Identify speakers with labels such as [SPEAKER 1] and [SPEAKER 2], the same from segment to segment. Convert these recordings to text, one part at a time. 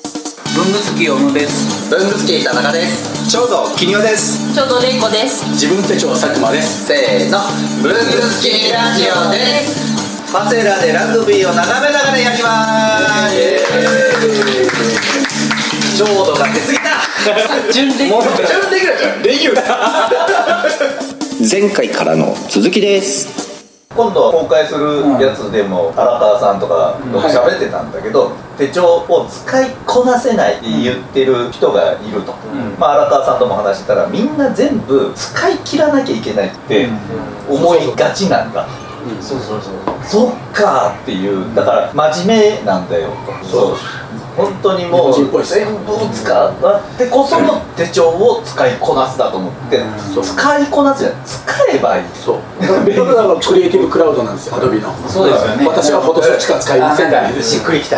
[SPEAKER 1] 文具好き小野です
[SPEAKER 2] 文具好き田中です
[SPEAKER 3] ちょうど金曜です
[SPEAKER 4] ちょうどれいこです。
[SPEAKER 3] 自分手帳佐久間です
[SPEAKER 2] せーの文具好きラジオですパセラでラグビーを眺めながらやりますちょうどが出過ぎた 準レギュラー準レギュラーじゃんレギュラ
[SPEAKER 3] 前回からの続きです
[SPEAKER 2] 今度公開するやつでも荒川さんとかと喋ってたんだけど、手帳を使いこなせないって言ってる人がいると、
[SPEAKER 1] ん
[SPEAKER 2] まあ、荒川さんとも話してたらみんな全部使い切らなきゃいけないって思いがちなんだ
[SPEAKER 5] そうそうそう
[SPEAKER 2] そっかーっていうだから真面目なんだよとそう本当にもう
[SPEAKER 5] 日本人っぽいっすね
[SPEAKER 2] 全部使ってこその手帳を使いこなすだと思って、
[SPEAKER 5] そう
[SPEAKER 2] 使いこなすじゃない使えばいい
[SPEAKER 5] そう僕らのクリエイティブクラウドなんですよアドビの
[SPEAKER 1] そうですよね
[SPEAKER 5] 私はフォトショーしか使いませんからね
[SPEAKER 1] くりきた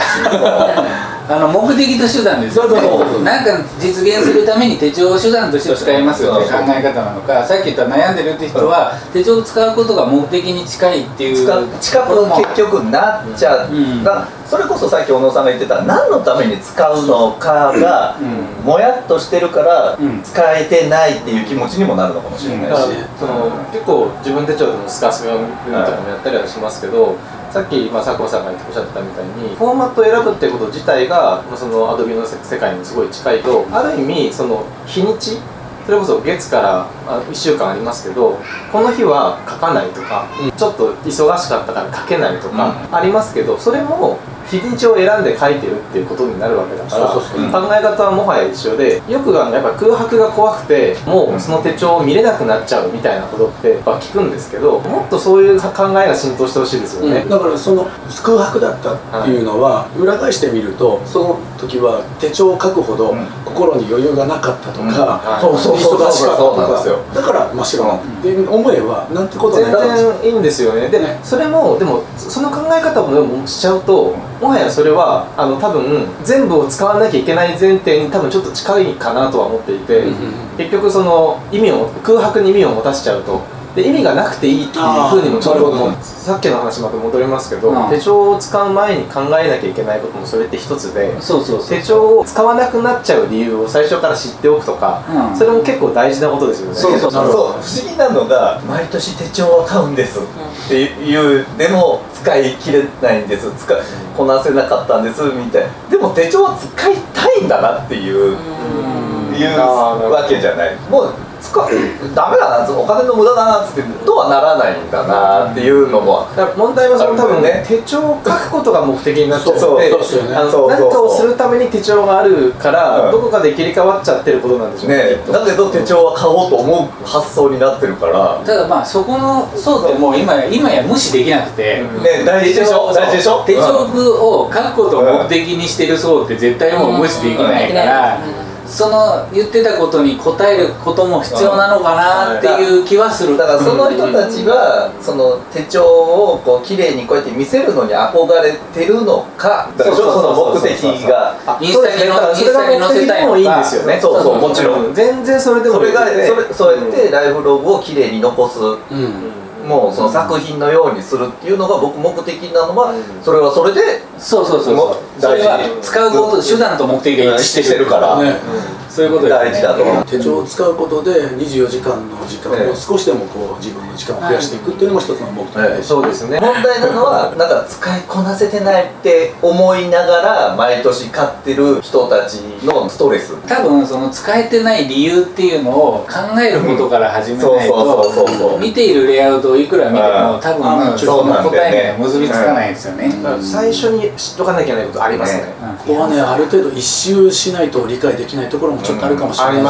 [SPEAKER 1] あの目的と手段ですよね
[SPEAKER 2] そうそうそう
[SPEAKER 1] なんか実現するために手帳を手段として使いますよっていう考え方なのかさっき言った悩んでるって人は手帳を使うことが目的に近いっていう
[SPEAKER 2] 近近く結局なっちゃう、
[SPEAKER 1] うん
[SPEAKER 2] だからそれこそさっき小野さんが言ってた何のために使うのかが
[SPEAKER 1] うん
[SPEAKER 2] もやっとしてるから
[SPEAKER 1] うん
[SPEAKER 2] 使えてないっていう気持ちにもなるのかもしれない
[SPEAKER 5] うん
[SPEAKER 2] し、
[SPEAKER 5] う
[SPEAKER 6] その結構自分手帳でもスカスカの部分とかもやったりはしますけど、さっき、まあ、佐久間さんがおっしゃってたみたいにフォーマットを選ぶっていうこと自体が、まあ、そのアドビの世世界にもすごい近いとある意味その日にちそれこそ月からあ1週間ありますけどこの日は書かないとか、ちょっと忙しかったから書けないとかありますけど、それも日にちを選んで書いてるっていうことになるわけだから
[SPEAKER 5] そうそうそう
[SPEAKER 6] 考え方はもはや一緒でよくあのやっぱ空白が怖くてもうその手帳を見れなくなっちゃうみたいなことってやっぱ聞くんですけどもっとそういう考えが浸透してほしいですよね、
[SPEAKER 5] だからその空白だったっていうのは、裏返してみるとその時は手帳を書くほど
[SPEAKER 2] うん
[SPEAKER 5] 心に余裕がなかったとか、
[SPEAKER 6] はい
[SPEAKER 2] そうそうそう
[SPEAKER 5] 忙しかったと
[SPEAKER 2] そうなん
[SPEAKER 5] か
[SPEAKER 2] ですよ
[SPEAKER 5] だから真っ白なんで思えばなんてこと
[SPEAKER 6] 全
[SPEAKER 5] ない
[SPEAKER 6] 然いいんですよねで
[SPEAKER 5] ね
[SPEAKER 6] それもでもその考え方もしちゃうともはやそれはあの多分全部を使わなきゃいけない前提に多分ちょっと近いかなとは思っていて、
[SPEAKER 5] うんうんうん
[SPEAKER 6] 結局その意味を空白に意味を持たせちゃうとで意味がなくていいっていうふうにもちょっと
[SPEAKER 5] あーなるほ
[SPEAKER 6] 思
[SPEAKER 5] ど
[SPEAKER 6] うさっきの話また戻りますけど、
[SPEAKER 1] うん
[SPEAKER 6] 手帳を使う前に考えなきゃいけないこともそれって一つで
[SPEAKER 1] そうそうそう
[SPEAKER 6] 手帳を使わなくなっちゃう理由を最初から知っておくとか、
[SPEAKER 1] うん
[SPEAKER 6] それも結構大事なことですよね
[SPEAKER 2] そうそう
[SPEAKER 5] なるほど
[SPEAKER 2] そう不思議なのが毎年手帳は買うんですっていうでも使い切れないんです使いこなせなかったんですみたいなでも手帳は使いたいんだなっていういう
[SPEAKER 6] あーなるほど
[SPEAKER 2] わけじゃないもう使うダメだなお金の無駄だなっつってとはならないんだなっていうのも
[SPEAKER 6] だから問題はその多分
[SPEAKER 2] あるよね
[SPEAKER 6] ね手帳を書くことが目的になっちゃって
[SPEAKER 2] そうそう
[SPEAKER 5] ですよね
[SPEAKER 6] あの
[SPEAKER 2] そうそうそう
[SPEAKER 6] 何かをするために手帳があるから、
[SPEAKER 2] うん
[SPEAKER 6] どこかで切り替わっちゃってることなんでしょう
[SPEAKER 2] ねだけど手帳は買おうと思う発想になってるから
[SPEAKER 1] ただまあそこの層ってもう今や今や無視できなくて、
[SPEAKER 6] うん
[SPEAKER 2] ね大事でし
[SPEAKER 1] そ
[SPEAKER 2] ょ
[SPEAKER 1] う
[SPEAKER 2] 大事でしょ
[SPEAKER 1] 手帳を書くことを目的にしてる層って絶対もう無視できないから、その言ってたことに応えることも必要なのかなっていう気はする、
[SPEAKER 2] だからその人たちはその手帳をこう綺麗にこうやって見せるのに憧れてるのか
[SPEAKER 6] そうそう
[SPEAKER 2] そ
[SPEAKER 6] そう
[SPEAKER 2] の
[SPEAKER 6] そう
[SPEAKER 2] 目的が
[SPEAKER 6] あ
[SPEAKER 1] インスタに
[SPEAKER 2] そうですね
[SPEAKER 1] インスタに載せたいのか
[SPEAKER 6] それが目的でもいいんですよね
[SPEAKER 2] そうそうもちろん
[SPEAKER 6] うん全然それでも
[SPEAKER 2] それが
[SPEAKER 6] いいです
[SPEAKER 2] そ
[SPEAKER 6] よね
[SPEAKER 2] れそうやってライフログを綺麗に残す
[SPEAKER 5] うん
[SPEAKER 2] もうその作品のようにするっていうのが僕目的なのは
[SPEAKER 6] うん
[SPEAKER 2] それはそれで
[SPEAKER 1] そうそうそうそうそ
[SPEAKER 2] 大
[SPEAKER 1] れ
[SPEAKER 2] 事
[SPEAKER 1] は使うこと手段と目的が一致してる
[SPEAKER 2] から
[SPEAKER 5] ね
[SPEAKER 1] そういうこと
[SPEAKER 2] 大事だと思う
[SPEAKER 5] 手帳を使うことで24時間の時間
[SPEAKER 2] え
[SPEAKER 5] を
[SPEAKER 2] え
[SPEAKER 5] 少しでもこう自分の時間を増やしていくっていうのも一つの目的
[SPEAKER 2] え
[SPEAKER 5] で
[SPEAKER 2] え
[SPEAKER 5] す、
[SPEAKER 6] そうですね
[SPEAKER 2] 問題なのはなんか使いこなせてないって思いながら毎年買ってる人たちのストレス
[SPEAKER 1] 多分その使えてない理由っていうのを考えることから始めない
[SPEAKER 2] うんそうそうそうそうそ
[SPEAKER 1] と
[SPEAKER 2] う
[SPEAKER 1] 見ているレイアウトをいくら見て
[SPEAKER 2] う
[SPEAKER 1] も
[SPEAKER 2] ん
[SPEAKER 1] 多
[SPEAKER 5] うん
[SPEAKER 1] 分
[SPEAKER 2] そ
[SPEAKER 1] そう
[SPEAKER 2] な
[SPEAKER 1] の
[SPEAKER 2] んだよ
[SPEAKER 1] 答え
[SPEAKER 2] ね
[SPEAKER 1] には結びつかないですよね、
[SPEAKER 6] だから最初に知っとかなきゃいけないことありますね
[SPEAKER 2] ね
[SPEAKER 5] ここはねある程度一周しないと理解できないところもちょっとあるかもしれないでよ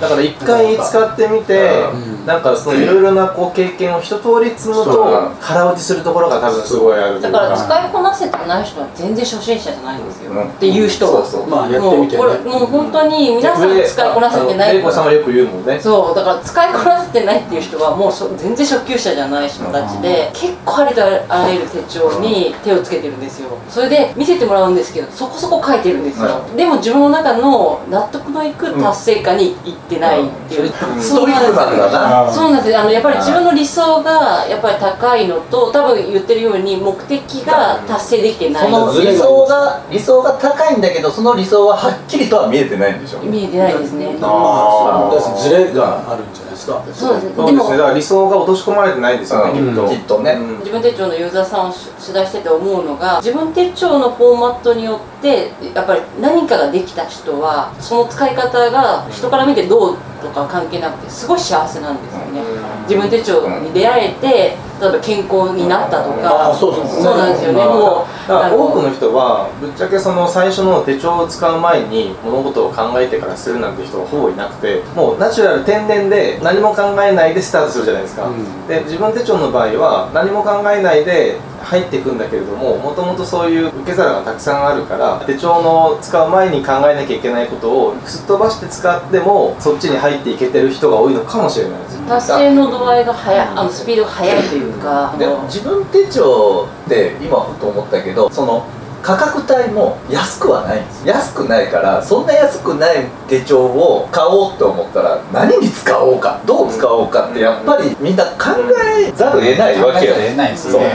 [SPEAKER 6] だから一回使ってみて
[SPEAKER 5] うん
[SPEAKER 6] なんかそのいろいろなこう経験を一通り積む
[SPEAKER 2] そう
[SPEAKER 6] と腹落ちするところが多分すごいあるとい
[SPEAKER 4] だ
[SPEAKER 6] う
[SPEAKER 4] から使いこなせてない人は全然初心者じゃないんですよ。
[SPEAKER 2] うん
[SPEAKER 4] っていう人は。
[SPEAKER 2] そうそう
[SPEAKER 5] まあやってみてね
[SPEAKER 4] もうこれもう本当に皆さん使いこなせてな
[SPEAKER 6] レ
[SPEAKER 4] い
[SPEAKER 6] イコさんはよく言うもんね
[SPEAKER 4] そうだから使いこなせてないっていう人はもうそ全然初級者じゃない人たちで結構ありとあらゆる手帳に手をつけてるんですよそれで見せてもらうんですけどそこそこ書いてるんですよでも自分の中の納得のいく達成感にいってないっていう、
[SPEAKER 2] ストイックなんだな
[SPEAKER 1] あー
[SPEAKER 4] そうなんですよあのやっぱり自分の理想がやっぱり高いのと多分言ってるように目的が達成できてない
[SPEAKER 2] その理想が理想が高いんだけどその理想ははっきりとは見えてないんでしょ
[SPEAKER 4] 見えてないですね
[SPEAKER 5] まあそうですズレがあるんじゃないですか
[SPEAKER 4] そうですね
[SPEAKER 6] そう
[SPEAKER 4] で
[SPEAKER 6] ですねだ
[SPEAKER 4] も
[SPEAKER 6] から理想が落とし込まれてないんですよね、
[SPEAKER 2] うん
[SPEAKER 6] きっと
[SPEAKER 2] きっとね
[SPEAKER 6] うん
[SPEAKER 4] 自分手帳のユーザーさんを取材してて思うのが自分手帳のフォーマットによってやっぱり何かができた人はその使い方が人から見てどうとか関係なくてすごい幸せなんですよね自分手帳に出会えて例えば健康になったとか
[SPEAKER 5] あーそうそうそう
[SPEAKER 4] なんですよねもう
[SPEAKER 6] だか
[SPEAKER 4] あ
[SPEAKER 6] ら多くの人はぶっちゃけその最初の手帳を使う前に物事を考えてからするなんて人はほぼいなくてもうナチュラル天然で何も考えないでスタートするじゃないですか、
[SPEAKER 5] うん
[SPEAKER 6] で自分手帳の場合は何も考えないで入っていくんだけれどももともとそういう受け皿がたくさんあるから手帳の使う前に考えなきゃいけないことをすっ飛ばして使ってもそっちに入っていけてる人が多いのかもしれないですね
[SPEAKER 4] 達成の度合いが早いあのスピードが速いというかあ
[SPEAKER 2] でも
[SPEAKER 4] の
[SPEAKER 2] 自分手帳って今ふと思ったけどその価格帯も安くはないんです安くないからそんな安くない手帳を買おうと思ったら何に使おうかどう使おうかってやっぱりみんな考えざるを得ないわけよ
[SPEAKER 1] 考えざるを得ないです
[SPEAKER 2] そう
[SPEAKER 1] ね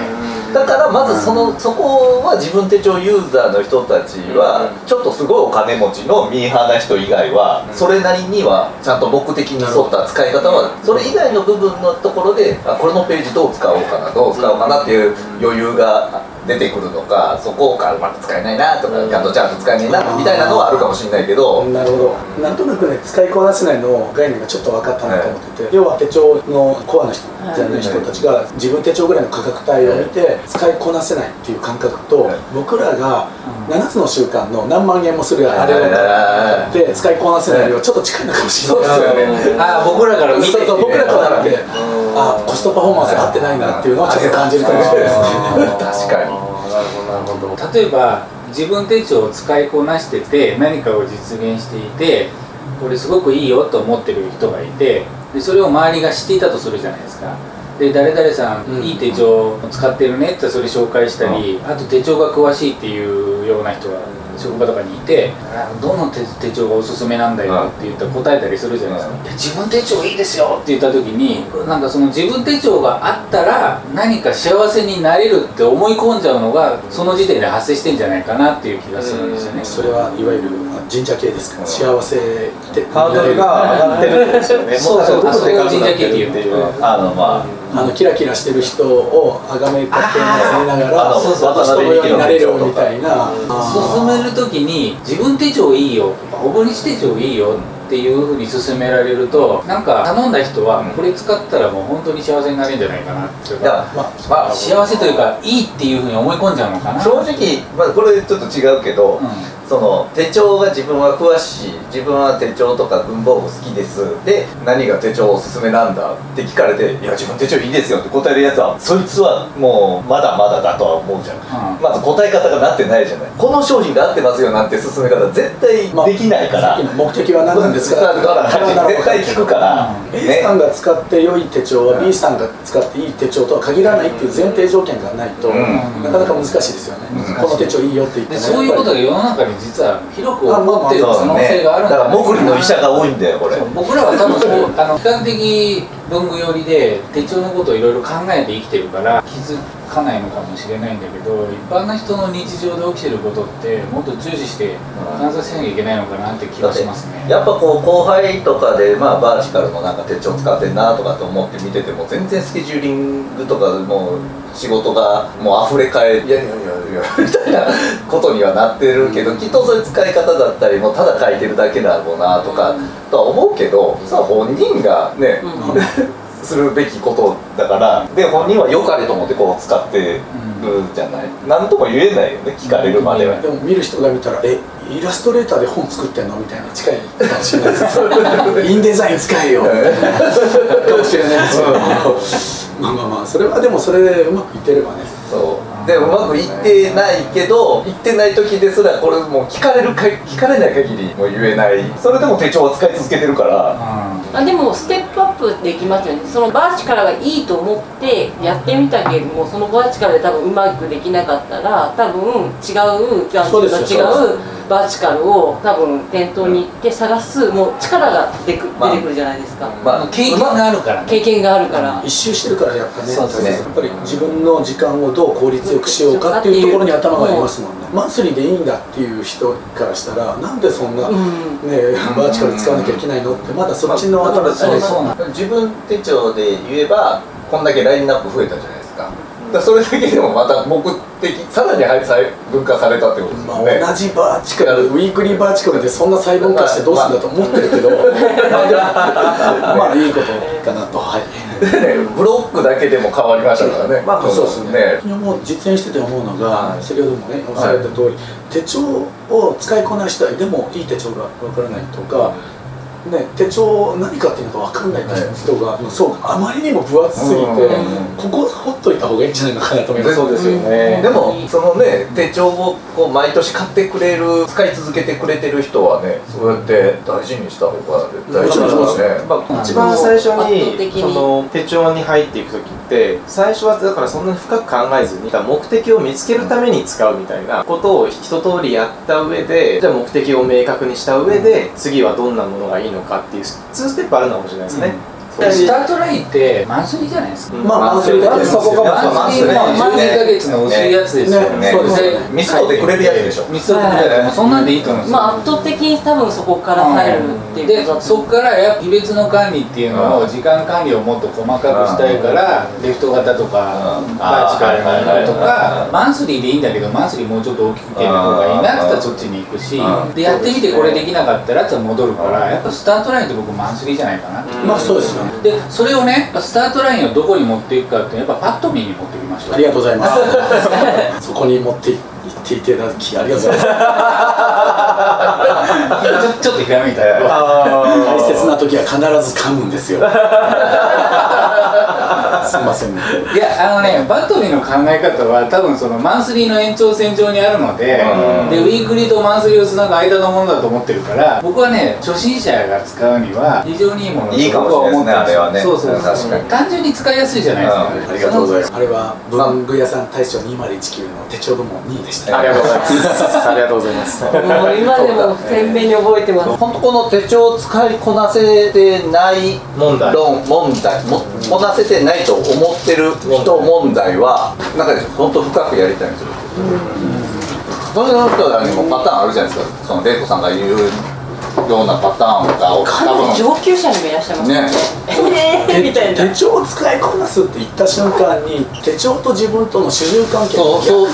[SPEAKER 2] だからまずその、そこは自分手帳ユーザーの人たちは
[SPEAKER 6] う
[SPEAKER 2] ちょっとすごいお金持ちのミーハーな人以外は
[SPEAKER 6] うん
[SPEAKER 2] それなりにはちゃんと目的に沿った使い方はそれ以外の部分のところであこれのページどう使おうかなどう使おうかなっていう余裕が出てくるとかそこがうまく使えないなとか
[SPEAKER 6] うん
[SPEAKER 2] ガトちゃんと使えないなみたいなのはあるかもしれないけど。
[SPEAKER 5] なるほどなんとなくね使いこなせないの概念がちょっと分かったなと思ってて、要は手帳のコアの人じゃない人たちが自分手帳ぐらいの価格帯を見て使いこなせないっていう感覚と、
[SPEAKER 2] はい
[SPEAKER 5] 僕らが
[SPEAKER 1] うん
[SPEAKER 5] 7つの習慣の何万円もするあれを買って使いこなせないよりはちょっと近いのかもしれない
[SPEAKER 2] そうですよね
[SPEAKER 1] ああ僕らから見て
[SPEAKER 5] そうそう僕らから見て
[SPEAKER 6] うん
[SPEAKER 5] あコストパフォーマンス合ってないなっていうのはちょっと感じるかもしれないですね
[SPEAKER 2] 確かに
[SPEAKER 6] あーなるほどなるほど
[SPEAKER 1] 例えば自分手帳を使いこなしてて何かを実現していてこれすごくいいよと思ってる人がいてでそれを周りが知っていたとするじゃないですかで誰々さん、
[SPEAKER 5] うん
[SPEAKER 1] いい手帳を使ってるねってそれ紹介したり、あと手帳が詳しいっていうような人が職場とかにいてあどの手手帳がおすすめなんだよって言ったら答えたりするじゃないですか、いや自分手帳いいですよって言った時になんかその自分手帳があったら何か幸せになれるって思い込んじゃうのがその時点で発生してんじゃないかなっていう気がするんですよね、
[SPEAKER 5] それはいわゆる神社系ですから幸せって
[SPEAKER 6] ハードルが上がってるんですよね。
[SPEAKER 1] そうそう
[SPEAKER 6] もだからどこで考えてる
[SPEAKER 1] そうそう
[SPEAKER 2] あのまあ
[SPEAKER 5] あのキラキラしてる人を崇めた天を見ながら
[SPEAKER 2] あーそうそう
[SPEAKER 5] 私ともよになれるよみたいな
[SPEAKER 1] 勧める時に自分手帳いいよとか小堀市手帳いいよっていうふうに勧められるとなんか頼んだ人はこれ使ったらもう本当に幸せになれるんじゃないかなっていう
[SPEAKER 2] だから
[SPEAKER 1] か
[SPEAKER 5] まあ
[SPEAKER 2] まあ
[SPEAKER 1] 幸せというかいいっていうふうに思い込んじゃうのかな
[SPEAKER 2] 正直、まあ、これちょっと違うけど、
[SPEAKER 1] う
[SPEAKER 2] その手帳が自分は詳しい自分は手帳とか文房具好きですで何が手帳おすすめなんだって聞かれて「いや自分手帳いいですよ」って答えるやつはそいつはもうまだまだだとは思うじゃん、
[SPEAKER 1] うん
[SPEAKER 2] まず答え方がなってないじゃないこの商品が合ってますよなんて勧め方絶
[SPEAKER 5] まあ
[SPEAKER 2] 対できないか
[SPEAKER 5] さ
[SPEAKER 2] ら、
[SPEAKER 5] っきの目的は何なんですか
[SPEAKER 2] だから絶対聞くから、
[SPEAKER 5] A さんが使って良い手帳は B さんが使っていい手帳とは限らないっていう前提条件がないと、
[SPEAKER 2] うん
[SPEAKER 5] なかなか難しいですよね、
[SPEAKER 2] うん
[SPEAKER 5] この手帳いいよって言っ
[SPEAKER 1] ん
[SPEAKER 5] て
[SPEAKER 1] で
[SPEAKER 5] も
[SPEAKER 1] そういうことが世の中に実は広く起こってる
[SPEAKER 2] そう
[SPEAKER 1] 可能性があるんじゃない
[SPEAKER 2] だから
[SPEAKER 1] かな
[SPEAKER 2] 潜りの医者が多いんだよこれ
[SPEAKER 1] そう僕らは多分そうあの比較的文具寄りで手帳のことをいろいろ考えて生きてるから気づかないのかもしれないんだけど一般の人の日常で起きてることってもっと注視して観察しなきゃいけないのかなって気がしますね
[SPEAKER 2] やっぱこう後輩とかで、まあ、バーチカルのなんか手帳使ってんなとかと思って見てても全然スケジューリングとかもう仕事がもう溢れ返るいやいやいやいやみたいなことにはなってるけど、きっとそういう使い方だったりもただ書いてるだけだろうなとか、とは思うけどさあ本人がね、
[SPEAKER 4] うん
[SPEAKER 2] するべきことだからで本人は良かれと思ってこう使ってるじゃない何、とも言えないよね聞かれるまでは。
[SPEAKER 5] でも見る人が見たらえイラストレーターで本作ってんのみたいな近いかもしれないですインデザイン使 えよかもしれないですけどまあまあまあそれはでもそれでうまくいってればね
[SPEAKER 2] そうでうまくいってないけどいってない時ですらこれもう聞かれるか聞かれない限りもう言えないそれでも手帳は使い続けてるから
[SPEAKER 1] う
[SPEAKER 4] あでもステップアップできますよねそのバーチカルがいいと思ってやってみたけれどもそのバーチカルで多分うまくできなかったら多分違うジャンルの
[SPEAKER 5] そうですよ
[SPEAKER 4] 違うバーチカルを多分店頭に行って探すもう力が出てく
[SPEAKER 2] まあ
[SPEAKER 4] 出てくるじゃないですか、
[SPEAKER 2] まあ
[SPEAKER 1] 経験があるからね
[SPEAKER 4] 経験があるから、
[SPEAKER 5] 一周してるからやっぱね
[SPEAKER 2] そうですね
[SPEAKER 5] やっぱり自分の時間をどう効率よくしようかっていうところに頭がありますもんねマンスリーでいいんだっていう人からしたらなんでそんな、
[SPEAKER 4] う
[SPEAKER 5] ね
[SPEAKER 4] ん
[SPEAKER 5] バーチカル使わなきゃいけないのってまだそっちの
[SPEAKER 2] まあ
[SPEAKER 5] 頭
[SPEAKER 2] そう
[SPEAKER 5] で
[SPEAKER 1] ですそうなん
[SPEAKER 2] 自分手帳で言えばこんだけラインナップ増えたじゃないですか,、それだけでもまた目的さらにはいさ分化されたってことです
[SPEAKER 5] ま
[SPEAKER 2] よ
[SPEAKER 5] あ、
[SPEAKER 2] ね、
[SPEAKER 5] 同じバーチカルウィークリーバーチカルでそんな細分化してどうするんだと思ってるけ どまあまあいいことかなとはい
[SPEAKER 2] ブロックだけでも変わりましたからね
[SPEAKER 5] まあそうですねいやもう実演してて思うのが、
[SPEAKER 2] はい
[SPEAKER 5] 先ほどもねおっしゃられた通り、手帳を使いこなしたいでもいい手帳がわからないとか、ね、手帳何かっていうのがわかんない
[SPEAKER 2] はい
[SPEAKER 5] 人が、そうあまりにも分厚すぎて、
[SPEAKER 2] うん
[SPEAKER 5] ここほっといた方がいいんじゃないのかなと思います
[SPEAKER 6] そうですよ
[SPEAKER 4] うん
[SPEAKER 6] ね
[SPEAKER 2] でもそのね手帳をこう毎年買ってくれる使い続けてくれてる人はねそうやって大事にした方が大事なんですね
[SPEAKER 6] まあ、一番最初
[SPEAKER 4] 圧倒
[SPEAKER 6] に
[SPEAKER 4] 的に
[SPEAKER 6] その手帳に入っていく時って最初はだからそんなに深く考えずに目的を見つけるために使うみたいなことを一通りやった上でじゃあ目的を明確にした上で次はどんなものがいいのかっていう2ステップあるのかもしれないですね、
[SPEAKER 1] でスタートラインってマンスリーじゃないですか
[SPEAKER 6] うん
[SPEAKER 5] まあマンスリーだ
[SPEAKER 1] まずそこが
[SPEAKER 2] まあ
[SPEAKER 1] マンスリーの
[SPEAKER 2] マンスリーね
[SPEAKER 1] 12ヶ月の薄いやつですよ
[SPEAKER 5] ね
[SPEAKER 1] ね
[SPEAKER 5] そうです
[SPEAKER 2] ねミストでくれるやつでしょ
[SPEAKER 1] ミストでくれるやつそんなんでいいと思うんですよ
[SPEAKER 4] まあ圧倒的に多分そこから入るっていう
[SPEAKER 1] で
[SPEAKER 4] ことだと
[SPEAKER 1] そ
[SPEAKER 4] 思
[SPEAKER 1] こ
[SPEAKER 4] う
[SPEAKER 1] からやっぱ別の管理っていうの
[SPEAKER 2] う
[SPEAKER 1] を
[SPEAKER 2] ん
[SPEAKER 1] 時間管理をもっと細かくしたいからレフト型とか
[SPEAKER 2] うん
[SPEAKER 1] バーチカルに行くとか
[SPEAKER 2] はいはいはいはい
[SPEAKER 1] マンスリーでいいんだけどマンスリーもうちょっと大きく切る方がいいなって言ったらそっちに行くし
[SPEAKER 2] うん
[SPEAKER 1] でやってみてこれできなかったらって戻るか
[SPEAKER 2] う
[SPEAKER 1] ら
[SPEAKER 2] ん
[SPEAKER 1] やっぱスタートラインって僕マンスリーじゃないかなって
[SPEAKER 6] うん
[SPEAKER 5] まあそうですよね
[SPEAKER 1] でそれをねスタートラインをどこに持っていくかってやっぱパッと見に持ってきまし
[SPEAKER 5] あ
[SPEAKER 1] た
[SPEAKER 5] りがとうございますそこに持っていっていただきありがとうございます
[SPEAKER 1] ちょ ちょっとひらめいた
[SPEAKER 2] ええ
[SPEAKER 5] 大切な時は必ず噛むんですよすいませんね
[SPEAKER 1] いやあのねバットビーの考え方は多分そのマンスリーの延長線上にあるので
[SPEAKER 2] うん
[SPEAKER 1] でウィークリーとマンスリーをつなぐ間のものだと思ってるから僕はね初心者が使うには非常にいいものだと
[SPEAKER 2] いいかも
[SPEAKER 1] 僕は
[SPEAKER 2] しれないです
[SPEAKER 1] 思って
[SPEAKER 2] ね
[SPEAKER 1] るんですよ
[SPEAKER 2] あれはね
[SPEAKER 1] そうそうそう
[SPEAKER 2] 確かに
[SPEAKER 1] 単純に使いやすいじゃないですか
[SPEAKER 5] ありがとうございま
[SPEAKER 1] そ
[SPEAKER 5] す
[SPEAKER 1] の
[SPEAKER 5] あれは文具屋さん大賞2019の手帳部門2位でした
[SPEAKER 6] ありがとうございますありがとうございます
[SPEAKER 4] もう今でも鮮明に覚えてます
[SPEAKER 2] 本当この手帳を使いこなせてない
[SPEAKER 6] 問題
[SPEAKER 2] 論問題もこなせてないと思ってる人問題はなんかね本当深くやりたいんですよそれの人らにもパターンあるじゃないですかその玲子さんが言うようなパターンが多
[SPEAKER 4] かなり上級者にもいらっしゃいますね
[SPEAKER 2] ね
[SPEAKER 4] えーみたいな
[SPEAKER 5] 手帳を使いこなすって言った瞬間に手帳と自分との主従関係が
[SPEAKER 2] そうそう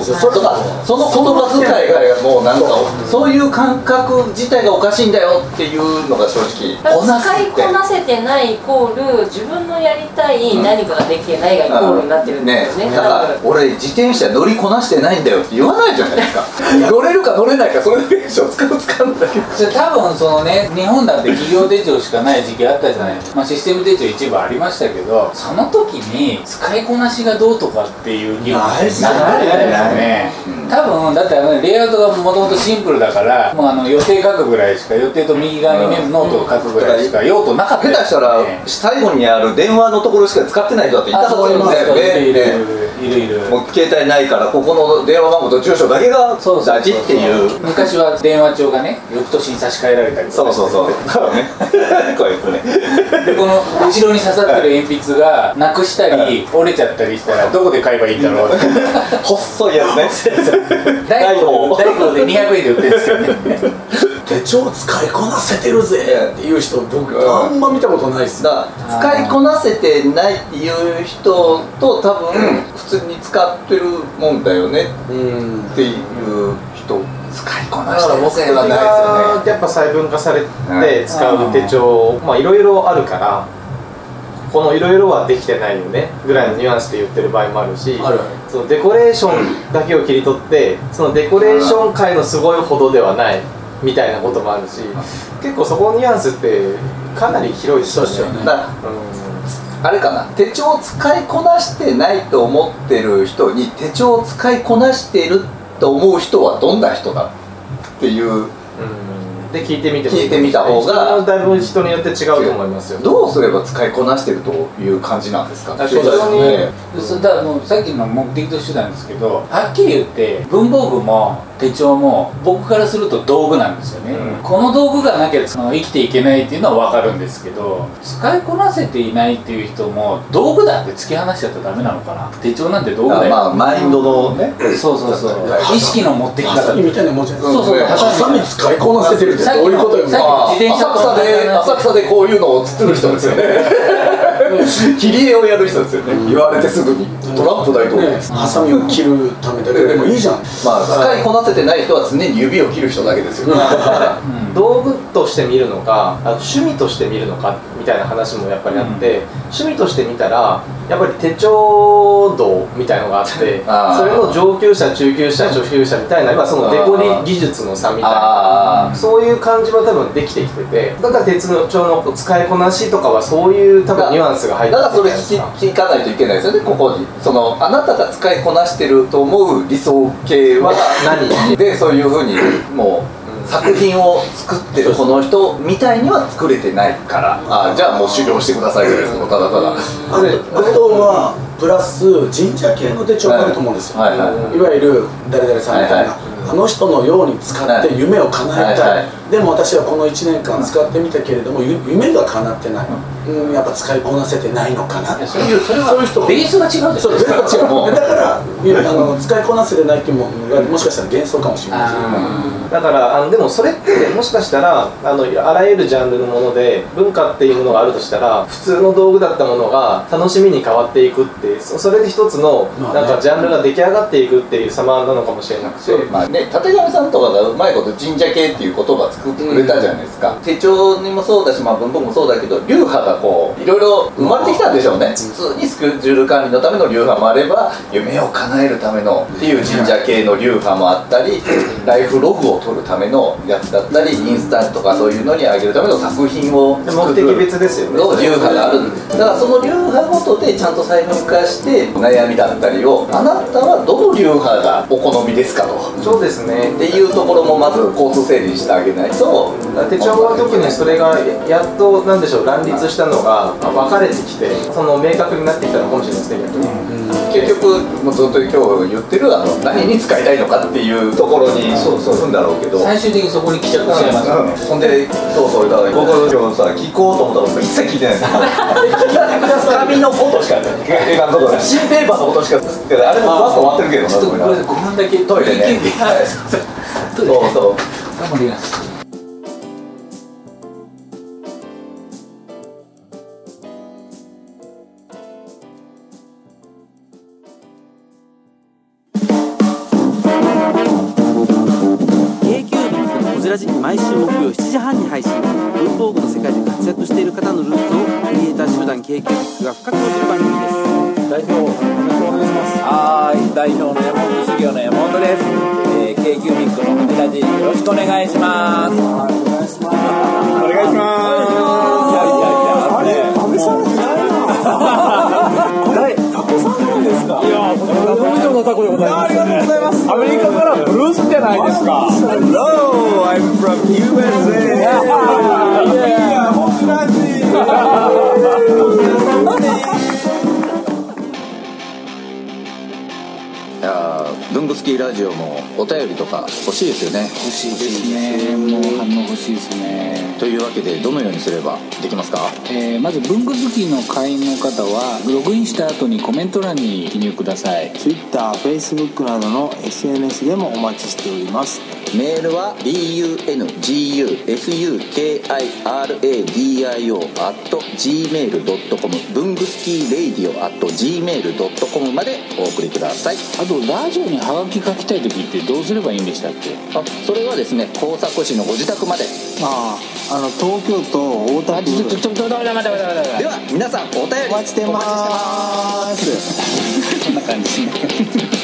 [SPEAKER 2] そうそうとかその言葉遣いがもうなんかそういう感覚自体がおかしいんだよっていうのが正直こなす
[SPEAKER 4] 使
[SPEAKER 2] っ
[SPEAKER 4] い
[SPEAKER 2] て
[SPEAKER 4] こなせてないイコール自分のやりたい何かができてないがイコールになってるんですよね
[SPEAKER 2] だから俺自転車乗りこなしてないんだよって言わないじゃないですか乗れるか乗れないかそれだけでしょ使う使うんだけど
[SPEAKER 1] で多分そのね日本だって企業手帳しかない時期あったじゃないですか、まあ、システム手帳一部ありましたけどその時に使いこなしがどうとかっていう議論
[SPEAKER 5] ないですよね
[SPEAKER 1] ないですよね多分だってあのレイアウトがもともとシンプルだからもうあの予定書くぐらいしか予定と右側にメモノートを書くぐらいしか用途なかった
[SPEAKER 2] 下手したら最後にある電話のところしか使ってない人だっていた
[SPEAKER 1] あ
[SPEAKER 2] と
[SPEAKER 1] そう
[SPEAKER 2] 思
[SPEAKER 1] い
[SPEAKER 2] うん
[SPEAKER 1] ます
[SPEAKER 2] だ
[SPEAKER 1] よ
[SPEAKER 2] よ
[SPEAKER 1] ねいる
[SPEAKER 2] ね
[SPEAKER 1] いるいるいる
[SPEAKER 2] もう携帯ないからここの電話番号と住所だけが
[SPEAKER 1] そうそう
[SPEAKER 2] 大事っていう
[SPEAKER 1] 昔は電話帳がね翌年に差し替えられたりとか
[SPEAKER 2] そうそうそうだからねこいつね
[SPEAKER 1] でこの後ろに刺さってる鉛筆がなくしたり折れちゃったりしたらどこで買えばいいんだろうって
[SPEAKER 2] 細いやつね
[SPEAKER 1] 大
[SPEAKER 2] 大
[SPEAKER 1] 工
[SPEAKER 2] 工
[SPEAKER 1] 大工で200円で売ってるんですよね
[SPEAKER 5] 手帳使いこなせてるぜっていう人僕
[SPEAKER 2] うん
[SPEAKER 5] あんま見たことないです
[SPEAKER 2] だから使いこなせてないっていう人と多分普通に使ってるもんだよね
[SPEAKER 5] うん
[SPEAKER 2] っていう人使いこな
[SPEAKER 6] だ
[SPEAKER 2] して
[SPEAKER 6] から目
[SPEAKER 2] る
[SPEAKER 6] 的
[SPEAKER 2] せいはないですよね
[SPEAKER 6] がやっぱ細分化されて使う手帳まあいろいろあるからこのいろいろはできてないよねぐらいのニュアンスで言ってる場合もあるし
[SPEAKER 5] ある
[SPEAKER 6] そのデコレーションだけを切り取ってそのデコレーション界のすごいほどではないみたいなこともあるし結構そこのニュアンスってかなり広いですよ
[SPEAKER 5] そう
[SPEAKER 6] ね
[SPEAKER 5] ですよね
[SPEAKER 2] だか
[SPEAKER 6] う
[SPEAKER 2] らあれかな手帳を使いこなしてないと思ってる人に手帳を使いこなしていると思う人はどんな人だっていうん
[SPEAKER 6] うんで聞いてみても
[SPEAKER 2] 聞いてみた方が
[SPEAKER 6] だいぶ人によって違うと思いますよ
[SPEAKER 2] どうすれば使いこなしてるという感じなんですか
[SPEAKER 1] あそうだよ
[SPEAKER 2] ね
[SPEAKER 1] そうだからもうさっきの目的と手段ですけどはっきり言って文房具も手帳も僕からすると道具なんですよね、
[SPEAKER 2] うん
[SPEAKER 1] この道具がなきゃその生きていけないっていうのは分かるんですけど使いこなせていないっていう人も道具だって突き放しちゃったらダメなのかな手帳なんて道具だよ、
[SPEAKER 2] まあマインドのね
[SPEAKER 1] そうそうそう
[SPEAKER 2] だから
[SPEAKER 1] 意識の持ってき
[SPEAKER 5] ハサ
[SPEAKER 1] 方
[SPEAKER 5] ミみたいなもんじゃないです
[SPEAKER 1] そうそう
[SPEAKER 5] かハサミ使いこなせてるってどういうことよみたいな
[SPEAKER 2] まあ
[SPEAKER 1] 自転車
[SPEAKER 2] 浅草で浅草でこういうのを釣ってる人ですよね切り絵をやる人ですよね言われてすぐにトランプ大統領
[SPEAKER 5] ね
[SPEAKER 2] です
[SPEAKER 5] ハサミを切るためだけでもいいじゃん
[SPEAKER 2] まあ使いこなせてない人は常に指を切る人だけですよね
[SPEAKER 6] 道具として見るのかあの趣味として見るのかみたいな話もやっぱりあって、趣味として見たらやっぱり手帳道みたいのがあって
[SPEAKER 2] あー
[SPEAKER 6] それの上級者中級者初級者みたいな今そのデコリ技術の差みたい
[SPEAKER 2] あ
[SPEAKER 6] なそういう感じは多分できてきててだから鉄の帳のこう使いこなしとかはそういう多分ニュアンスが入って
[SPEAKER 2] だから
[SPEAKER 6] る
[SPEAKER 2] そ
[SPEAKER 6] んじ
[SPEAKER 2] れ
[SPEAKER 6] ゃないです
[SPEAKER 2] 聞き聞
[SPEAKER 6] か
[SPEAKER 2] かないといけないですよねここにそのあなたが使いこなしてると思う理想系は
[SPEAKER 6] は何
[SPEAKER 2] でそういうふうにもう作品を作ってるこの人みたいには作れてないからあじゃあもう修行してくださいぐらいですもうただた
[SPEAKER 5] あ
[SPEAKER 2] だ
[SPEAKER 5] とあとはプラス神社系の手帳があると思うんですよ、
[SPEAKER 2] はいいはい
[SPEAKER 5] わゆる誰々さんみたいな、
[SPEAKER 2] はい
[SPEAKER 5] あの人のように使って
[SPEAKER 2] はい
[SPEAKER 5] 夢を叶えたい、
[SPEAKER 2] はいは
[SPEAKER 5] でも私はこの1年間使ってみたけれども、ゆ夢が叶ってない、うん、やっぱ使いこなせてないのかな っていう
[SPEAKER 1] そういうそれは
[SPEAKER 5] そういう人
[SPEAKER 1] ベースが違うんです
[SPEAKER 5] そ
[SPEAKER 1] よ
[SPEAKER 5] う全然違う
[SPEAKER 2] もう
[SPEAKER 5] だからいやあの使いこなせてないっていうものがもしかしたら幻想かもしれないし
[SPEAKER 1] あ
[SPEAKER 6] だからあのでもそれってもしかしたらあのあらゆるジャンルのもので文化っていうものがあるとしたら普通の道具だったものが楽しみに変わっていくってそそれで一つの
[SPEAKER 5] まあね
[SPEAKER 6] なんかジャンルが出来上がっていくっていう様なのかもしれなくて。
[SPEAKER 2] まあね、立上さんとかがうまいこと神社系っていう言葉作ってくれたじゃないですか、手帳にもそうだし、まあ、文房具もそうだけど流派がこういろいろ生まれてきたんでしょうね、普通にスケジュール管理のための流派もあれば夢を叶えるためのっていう神社系の流派もあった りライフログを取るためのやつだったりインスタとかそういうのにあげるための作品を作る
[SPEAKER 6] 目的別ですよね
[SPEAKER 2] の流派があるだからその流派ごとでちゃんと細分化して悩みだったりをあなたはどの流派がお好みですかと
[SPEAKER 6] そうですね
[SPEAKER 2] っていうところもまず交通整理してあげないと
[SPEAKER 6] 手帳は特にそれがやっとなんでしょう乱立したのがまあ分かれてきてその明確になってきたのかもしれないですね逆に
[SPEAKER 2] 結局もうずっと今日言ってるあの何に使いたいのかっていうところにそうそうするんだろうけど
[SPEAKER 1] ー最終的にそこに来ちゃってしまいますよね
[SPEAKER 2] ほんでそうそうだから僕今日さ聞こうと思ったら一 切聞いてないです紙のこと しか映画のこと新ペーパーのことしか作ってないあれもバッと終わってるけど
[SPEAKER 1] ちょっとごめんなさい5分だけ
[SPEAKER 2] トイレねはい
[SPEAKER 1] トイレ
[SPEAKER 2] そうそう
[SPEAKER 1] 頑張ります
[SPEAKER 2] いやー文具好きラジオもお便りとか欲しいですよね
[SPEAKER 1] 欲しいですねもう反応欲しいですね
[SPEAKER 2] というわけでどのようにすればできますか
[SPEAKER 1] えーまず文具好きの会員の方はログインした後にコメント欄に記入ください
[SPEAKER 7] TwitterFacebook などの SNS でもお待ちしております
[SPEAKER 2] メールは bunguskiradio gmail.com 文具スキーレイディオ at gmail.com までお送りください
[SPEAKER 1] あとラジオにハガキ書きたい時ってどうすればいいんでしたっけ
[SPEAKER 2] あそれはですね工作士のご自宅まで
[SPEAKER 7] あああの東京都大田
[SPEAKER 1] あちょっと
[SPEAKER 7] 区
[SPEAKER 1] ちょっとちょっと待って待って待って待って
[SPEAKER 2] では皆さんお便り
[SPEAKER 7] お待ちしてま
[SPEAKER 2] お待ちしてます
[SPEAKER 7] ーす
[SPEAKER 1] こんな感じ